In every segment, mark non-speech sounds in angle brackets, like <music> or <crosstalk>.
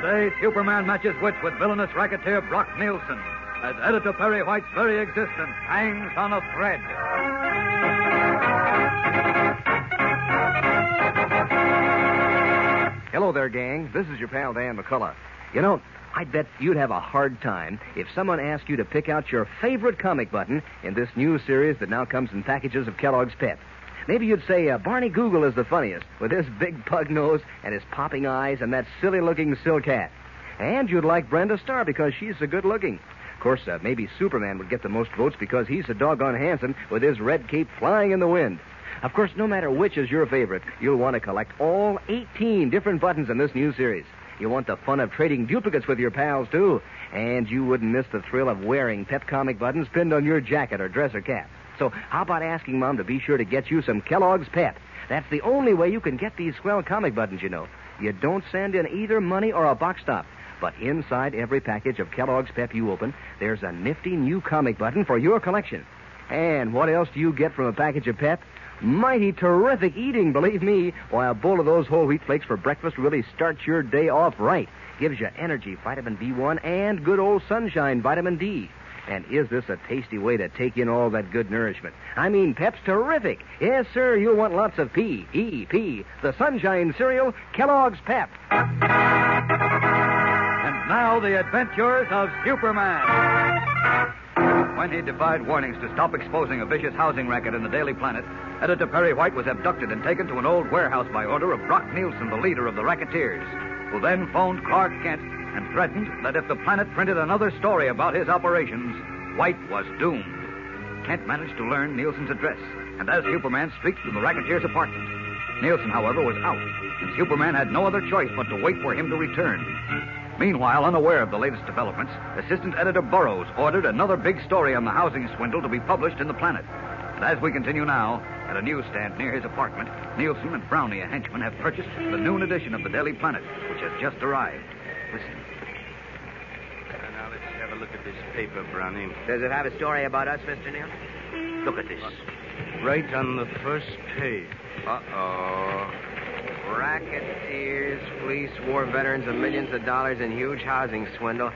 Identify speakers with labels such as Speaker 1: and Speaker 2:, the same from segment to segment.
Speaker 1: Today, Superman matches wits with villainous racketeer Brock Nielsen as editor Perry White's very existence hangs on a thread.
Speaker 2: Hello there, gang. This is your pal Dan McCullough. You know, I bet you'd have a hard time if someone asked you to pick out your favorite comic button in this new series that now comes in packages of Kellogg's Pep. Maybe you'd say uh, Barney Google is the funniest with his big pug nose and his popping eyes and that silly looking silk hat. And you'd like Brenda Starr because she's so good looking. Of course, uh, maybe Superman would get the most votes because he's a doggone handsome with his red cape flying in the wind. Of course, no matter which is your favorite, you'll want to collect all 18 different buttons in this new series. You want the fun of trading duplicates with your pals, too. And you wouldn't miss the thrill of wearing Pep Comic buttons pinned on your jacket or dresser cap. So, how about asking Mom to be sure to get you some Kellogg's Pep? That's the only way you can get these swell comic buttons, you know. You don't send in either money or a box stop. But inside every package of Kellogg's Pep you open, there's a nifty new comic button for your collection. And what else do you get from a package of Pep? Mighty terrific eating, believe me. Why, a bowl of those whole wheat flakes for breakfast really starts your day off right. Gives you energy, vitamin B1, and good old sunshine, vitamin D. And is this a tasty way to take in all that good nourishment? I mean, Pep's terrific. Yes, sir, you'll want lots of P, E, P, the sunshine cereal, Kellogg's Pep.
Speaker 1: And now the adventures of Superman. When he defied warnings to stop exposing a vicious housing racket in the Daily Planet, editor Perry White was abducted and taken to an old warehouse by order of Brock Nielsen, the leader of the racketeers, who then phoned Clark Kent and threatened that if the planet printed another story about his operations, White was doomed. Kent managed to learn Nielsen's address, and as Superman streaked to the racketeer's apartment. Nielsen, however, was out, and Superman had no other choice but to wait for him to return. Meanwhile, unaware of the latest developments, Assistant Editor Burroughs ordered another big story on the housing swindle to be published in the planet. And as we continue now, at a newsstand near his apartment, Nielsen and Brownie, a henchman, have purchased the noon edition of the Daily Planet, which has just arrived. Listen.
Speaker 3: Uh, Now let's have a look at this paper, Brownie.
Speaker 2: Does it have a story about us, Mr. Neal?
Speaker 3: Look at this. Right on the first page. Uh-oh.
Speaker 2: Racketeers, police, war veterans, and millions of dollars in huge housing swindle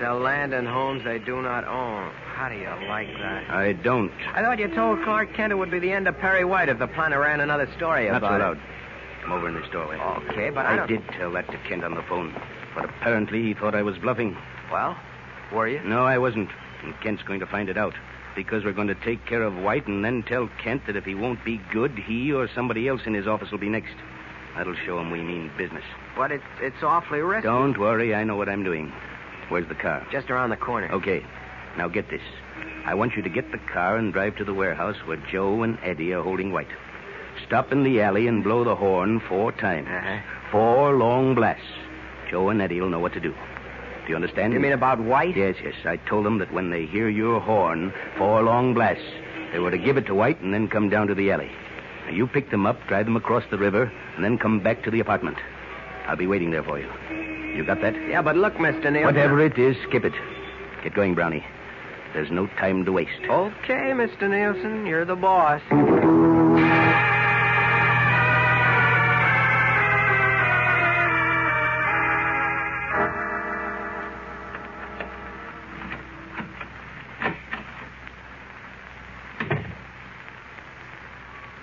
Speaker 2: sell land and homes they do not own. How do you like that?
Speaker 3: I don't.
Speaker 2: I thought you told Clark Kent it would be the end of Perry White if the planet ran another story
Speaker 3: That's
Speaker 2: about
Speaker 3: allowed.
Speaker 2: it.
Speaker 3: Come over in this doorway.
Speaker 2: Okay, but I don't-
Speaker 3: did tell that to Kent on the phone, but apparently he thought I was bluffing.
Speaker 2: Well, were you?
Speaker 3: No, I wasn't. And Kent's going to find it out. Because we're going to take care of White and then tell Kent that if he won't be good, he or somebody else in his office will be next. That'll show him we mean business.
Speaker 2: But it's it's awfully risky.
Speaker 3: Don't worry, I know what I'm doing. Where's the car?
Speaker 2: Just around the corner.
Speaker 3: Okay. Now get this. I want you to get the car and drive to the warehouse where Joe and Eddie are holding White. Stop in the alley and blow the horn four times.
Speaker 2: Uh-huh.
Speaker 3: Four long blasts. Joe and Eddie will know what to do. Do you understand?
Speaker 2: You mean about White?
Speaker 3: Yes, yes. I told them that when they hear your horn, four long blasts, they were to give it to White and then come down to the alley. Now you pick them up, drive them across the river, and then come back to the apartment. I'll be waiting there for you. You got that?
Speaker 2: Yeah, but look, Mr. Neal.
Speaker 3: Whatever it is, skip it. Get going, Brownie. There's no time to waste.
Speaker 2: Okay, Mr. Nielsen, you're the boss.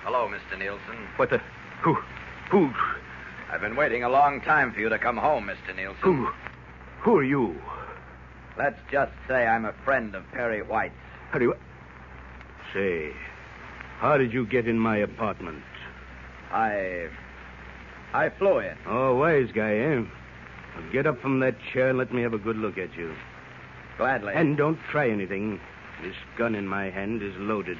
Speaker 2: Hello, Mr. Nielsen.
Speaker 3: What the? Who? Who?
Speaker 2: I've been waiting a long time for you to come home, Mr. Nielsen.
Speaker 3: Who? Who are you?
Speaker 2: Let's just say I'm a friend of Perry White's.
Speaker 3: How do you? Say, how did you get in my apartment?
Speaker 2: I. I flew in.
Speaker 3: Oh, wise guy, eh? Well, get up from that chair and let me have a good look at you.
Speaker 2: Gladly.
Speaker 3: And don't try anything. This gun in my hand is loaded.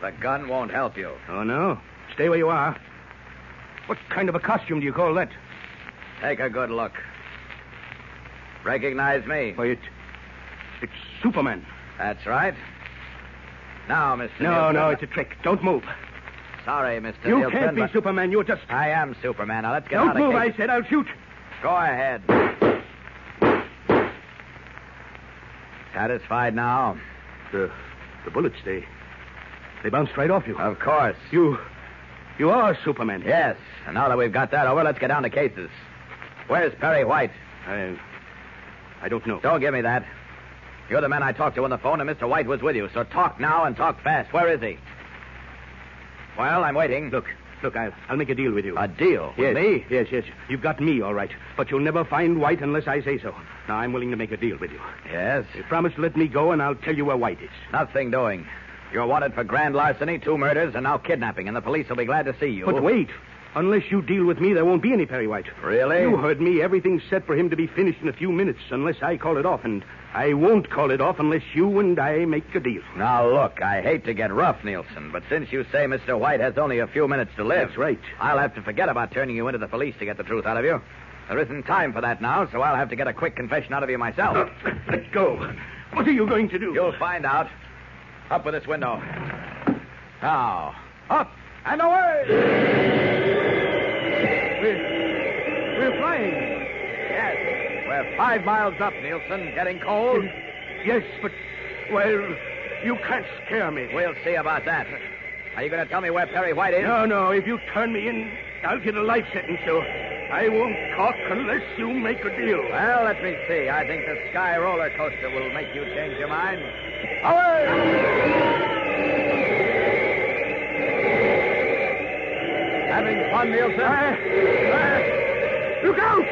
Speaker 2: the gun won't help you.
Speaker 3: Oh, no? Stay where you are. What kind of a costume do you call that?
Speaker 2: Take a good look. Recognize me.
Speaker 3: Why, it, it's Superman.
Speaker 2: That's right. Now, Mr.
Speaker 3: No,
Speaker 2: Nielsen.
Speaker 3: no, it's a trick. Don't move.
Speaker 2: Sorry, Mr.
Speaker 3: you
Speaker 2: Nielsen,
Speaker 3: can't be
Speaker 2: but
Speaker 3: Superman. You're just.
Speaker 2: I am Superman. Now, let's get out
Speaker 3: Don't
Speaker 2: of
Speaker 3: move,
Speaker 2: here.
Speaker 3: I said. I'll shoot.
Speaker 2: Go ahead. Satisfied now?
Speaker 3: The, the bullets, they. They bounced right off you.
Speaker 2: Of course.
Speaker 3: you. You are Superman.
Speaker 2: Yes. And now that we've got that over, let's get down to cases. Where's Perry White?
Speaker 3: I. I don't know.
Speaker 2: Don't give me that. You're the man I talked to on the phone, and Mr. White was with you. So talk now and talk fast. Where is he? Well, I'm waiting.
Speaker 3: Look, look, I'll, I'll make a deal with you.
Speaker 2: A deal with
Speaker 3: yes,
Speaker 2: me?
Speaker 3: Yes, yes. You've got me, all right. But you'll never find White unless I say so. Now, I'm willing to make a deal with you.
Speaker 2: Yes.
Speaker 3: You promise to let me go, and I'll tell you where White is.
Speaker 2: Nothing doing. You're wanted for grand larceny, two murders, and now kidnapping, and the police will be glad to see you.
Speaker 3: But wait. Unless you deal with me, there won't be any Perry White.
Speaker 2: Really?
Speaker 3: You heard me. Everything's set for him to be finished in a few minutes unless I call it off, and I won't call it off unless you and I make a deal.
Speaker 2: Now, look, I hate to get rough, Nielsen, but since you say Mr. White has only a few minutes to live.
Speaker 3: That's right.
Speaker 2: I'll have to forget about turning you into the police to get the truth out of you. There isn't time for that now, so I'll have to get a quick confession out of you myself.
Speaker 3: Let Uh, go. What are you going to do?
Speaker 2: You'll find out. Up with this window. Now, up and away!
Speaker 3: We're flying.
Speaker 2: Yes, we're five miles up, Nielsen. Getting cold?
Speaker 3: <laughs> Yes, but well, you can't scare me.
Speaker 2: We'll see about that. Are you going to tell me where Perry White is?
Speaker 3: No, no. If you turn me in, I'll get a life sentence. So I won't talk unless you make a deal.
Speaker 2: Well, let me see. I think the sky roller coaster will make you change your mind. Away! Having fun, Nielsen?
Speaker 3: Look out!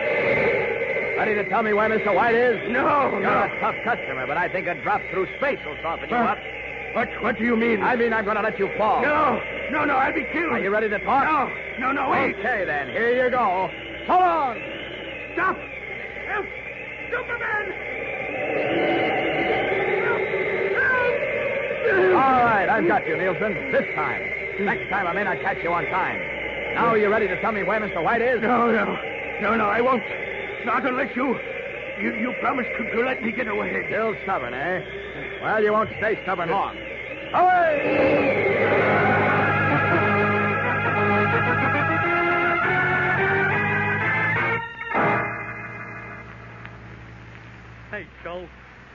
Speaker 2: Ready to tell me where Mr. White is?
Speaker 3: No,
Speaker 2: You're
Speaker 3: no.
Speaker 2: a tough customer, but I think a drop through space will soften you up.
Speaker 3: What? What do you mean?
Speaker 2: I mean, I'm going to let you fall.
Speaker 3: No, no, no. I'll be killed.
Speaker 2: Are you ready to talk?
Speaker 3: No, no, no. Wait.
Speaker 2: Okay, then. Here you go. So long.
Speaker 3: Stop. Help! Superman!
Speaker 2: All right, I've got you, Nielsen. This time. Next time I may not catch you on time. Now are you ready to tell me where Mr. White is?
Speaker 3: No, no, no, no. I won't. Not unless you, you, you promise to, to let me get away.
Speaker 2: Still stubborn, eh? Well, you won't stay stubborn long. Away!
Speaker 4: Hey, Joe,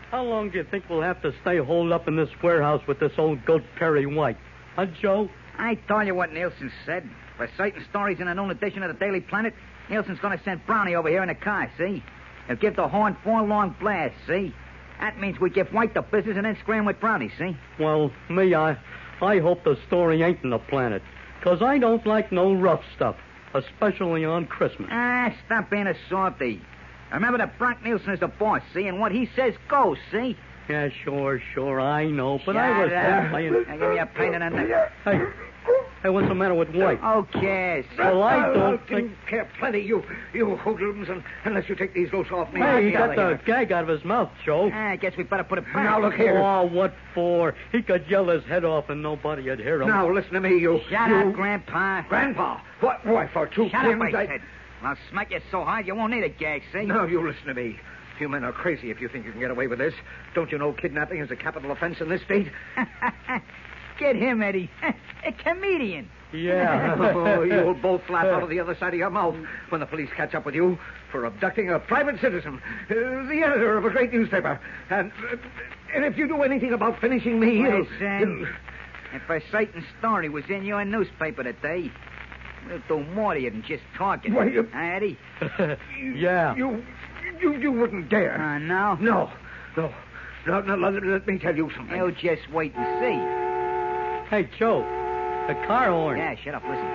Speaker 4: how long do you think we'll have to stay holed up in this warehouse with this old goat Perry White? Huh, Joe?
Speaker 5: I tell you what Nielsen said. By citing stories in a known edition of the Daily Planet, Nielsen's going to send Brownie over here in a car, see? He'll give the horn four long blasts, see? That means we give White the business and then scram with Brownie, see?
Speaker 4: Well, me, I, I hope the story ain't in the planet, 'cause I don't like no rough stuff, especially on Christmas.
Speaker 5: Ah, stop being a softy. Remember that Brock Nielsen is the boss, see? And what he says goes, see?
Speaker 4: Yeah, sure, sure, I know, but
Speaker 5: Shut
Speaker 4: I was
Speaker 5: up.
Speaker 4: just saying.
Speaker 5: Now give me a pain in the neck.
Speaker 4: Hey, hey, what's the matter with White?
Speaker 1: Oh,
Speaker 5: Okay, see?
Speaker 4: Well, I don't think.
Speaker 5: care plenty, you, you hoodlums, and unless you take these loads off me.
Speaker 4: Hey, he got the gag out of his mouth, Joe.
Speaker 5: Ah, I guess we better put it back.
Speaker 1: Now, look here.
Speaker 4: Oh, what for? He could yell his head off and nobody would hear him.
Speaker 1: Now, listen to me, you.
Speaker 5: Shut
Speaker 1: you,
Speaker 5: up, Grandpa.
Speaker 1: Grandpa. What? Why, for two
Speaker 5: Shut up,
Speaker 1: pins,
Speaker 5: I said. I'll smack you so hard you won't need a gag, see?
Speaker 1: No, you listen to me. You men are crazy if you think you can get away with this. Don't you know kidnapping is a capital offense in this state?
Speaker 5: <laughs> Get him, Eddie. <laughs> a comedian.
Speaker 4: Yeah.
Speaker 1: <laughs> oh, you'll both flap out of the other side of your mouth when the police catch up with you for abducting a private citizen, uh, the editor of a great newspaper. And, uh, and if you do anything about finishing me, you'll-
Speaker 5: Listen.
Speaker 1: you'll-
Speaker 5: If a Satan's story was in your newspaper today, we'll do more to you than just talking.
Speaker 1: Why, you-
Speaker 5: Huh, Eddie?
Speaker 4: <laughs> yeah.
Speaker 1: You, you, you wouldn't dare.
Speaker 3: <laughs>
Speaker 5: Uh, no?
Speaker 1: No, no, Oh, no, no. Let, let me tell you something.
Speaker 5: You'll just wait and see.
Speaker 4: Hey, Joe,
Speaker 3: The car horn.
Speaker 5: Yeah, shut up. Listen.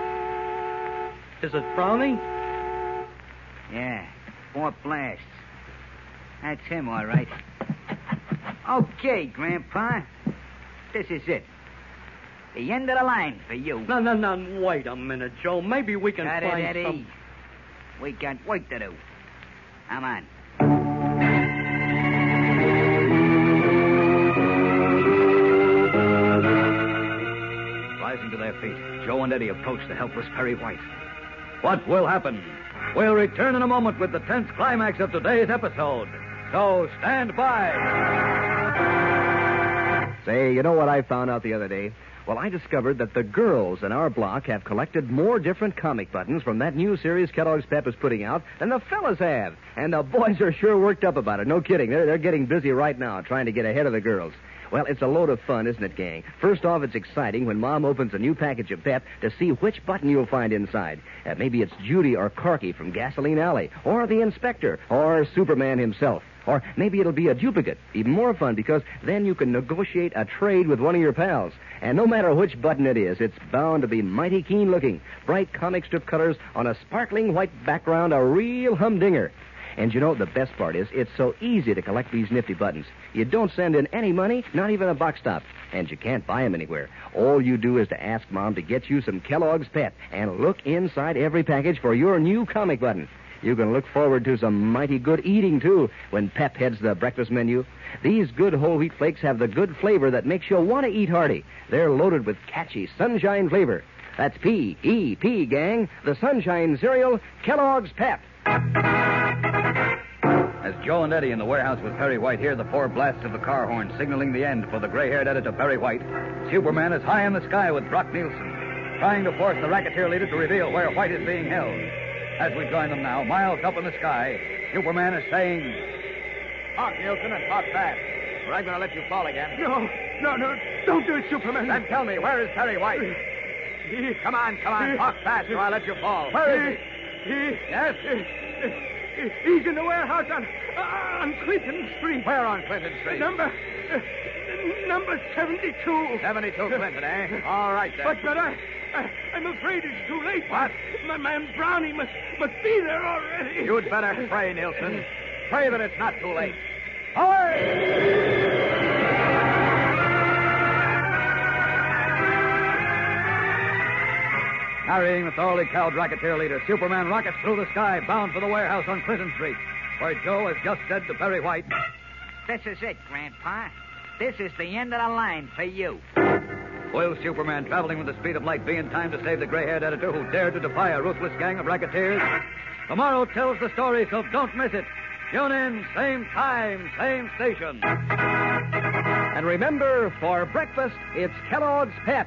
Speaker 3: Is it Brownie?
Speaker 5: Yeah. Four blasts. That's him, all right. Okay, Grandpa. This is it. The end of the line for you.
Speaker 3: No, no, no. Wait a minute, Joe. Maybe we can
Speaker 5: Got it,
Speaker 3: find
Speaker 5: Eddie.
Speaker 3: some.
Speaker 5: We got work to do. Come on.
Speaker 1: Rising to their feet, Joe and Eddie approached the helpless Perry White. What will happen? We'll return in a moment with the tense climax of today's episode. So stand by.
Speaker 5: Say, you know what I found out the other day? Well, I discovered that the girls in our block have collected more different comic buttons from that new series Kellogg's Pep is putting out than the fellas have. And the boys are sure worked up about it. No kidding. They're, they're getting busy right now trying to get ahead of the girls. Well, it's a load of fun, isn't it, gang? First off, it's exciting when Mom opens a new package of Pep to see which button you'll find inside. Uh, maybe it's Judy or Corky from Gasoline Alley, or the Inspector, or Superman himself. Or maybe it'll be a duplicate. Even more fun because then you can negotiate a trade with one of your pals. And no matter which button it is, it's bound to be mighty keen looking. Bright comic strip colors on a sparkling white background, a real humdinger. And you know, the best part is it's so easy to collect these nifty buttons. You don't send in any money, not even a box top. And you can't buy them anywhere. All you do is to ask Mom to get you some Kellogg's Pet and look inside every package for your new comic button. You can look forward to some mighty good eating, too, when Pep heads the breakfast menu. These good whole wheat flakes have the good flavor that makes you want to eat hearty. They're loaded with catchy sunshine flavor. That's P E P, gang, the sunshine cereal, Kellogg's Pep.
Speaker 1: As Joe and Eddie in the warehouse with Perry White hear the four blasts of the car horn signaling the end for the gray haired editor Perry White, Superman is high in the sky with Brock Nielsen, trying to force the racketeer leader to reveal where White is being held. As we join them now, miles up in the sky, Superman is saying, Hawk, Nielsen, and hawk fast, or I'm going to let you fall again.
Speaker 6: No, no, no. Don't do it, Superman.
Speaker 1: Then tell me, where is Perry White? Come on, come on, hawk fast, or I'll let you fall. Where is
Speaker 6: he? he?
Speaker 1: he? Yes?
Speaker 6: He's in the warehouse on, on Clinton Street.
Speaker 1: Where on Clinton Street?
Speaker 6: Number, uh, number 72.
Speaker 1: 72 Clinton, eh? All right, then.
Speaker 6: But, but I, I, I'm afraid it's too late.
Speaker 1: What?
Speaker 6: My man Brownie must, must be there already.
Speaker 1: You'd better pray, Nielsen. Pray that it's not too late. Carrying the thoroughly cowed racketeer leader, Superman rockets through the sky, bound for the warehouse on Clinton Street, where Joe has just said to Perry White,
Speaker 5: This is it, Grandpa. This is the end of the line for you.
Speaker 1: Will Superman, traveling with the speed of light, be in time to save the gray haired editor who dared to defy a ruthless gang of racketeers? Tomorrow tells the story, so don't miss it. Tune in, same time, same station.
Speaker 5: And remember, for breakfast, it's Kellogg's Pep.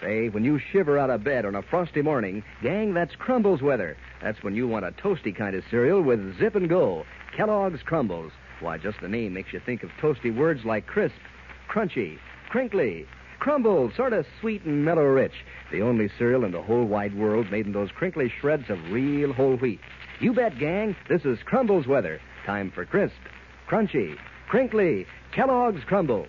Speaker 5: Say, when you shiver out of bed on a frosty morning, gang, that's crumbles weather. That's when you want a toasty kind of cereal with zip and go. Kellogg's Crumbles. Why, just the name makes you think of toasty words like crisp, crunchy, crinkly, crumble, sort of sweet and mellow rich. The only cereal in the whole wide world made in those crinkly shreds of real whole wheat. You bet, gang, this is Crumbles weather. Time for crisp, crunchy, crinkly, Kellogg's Crumbles.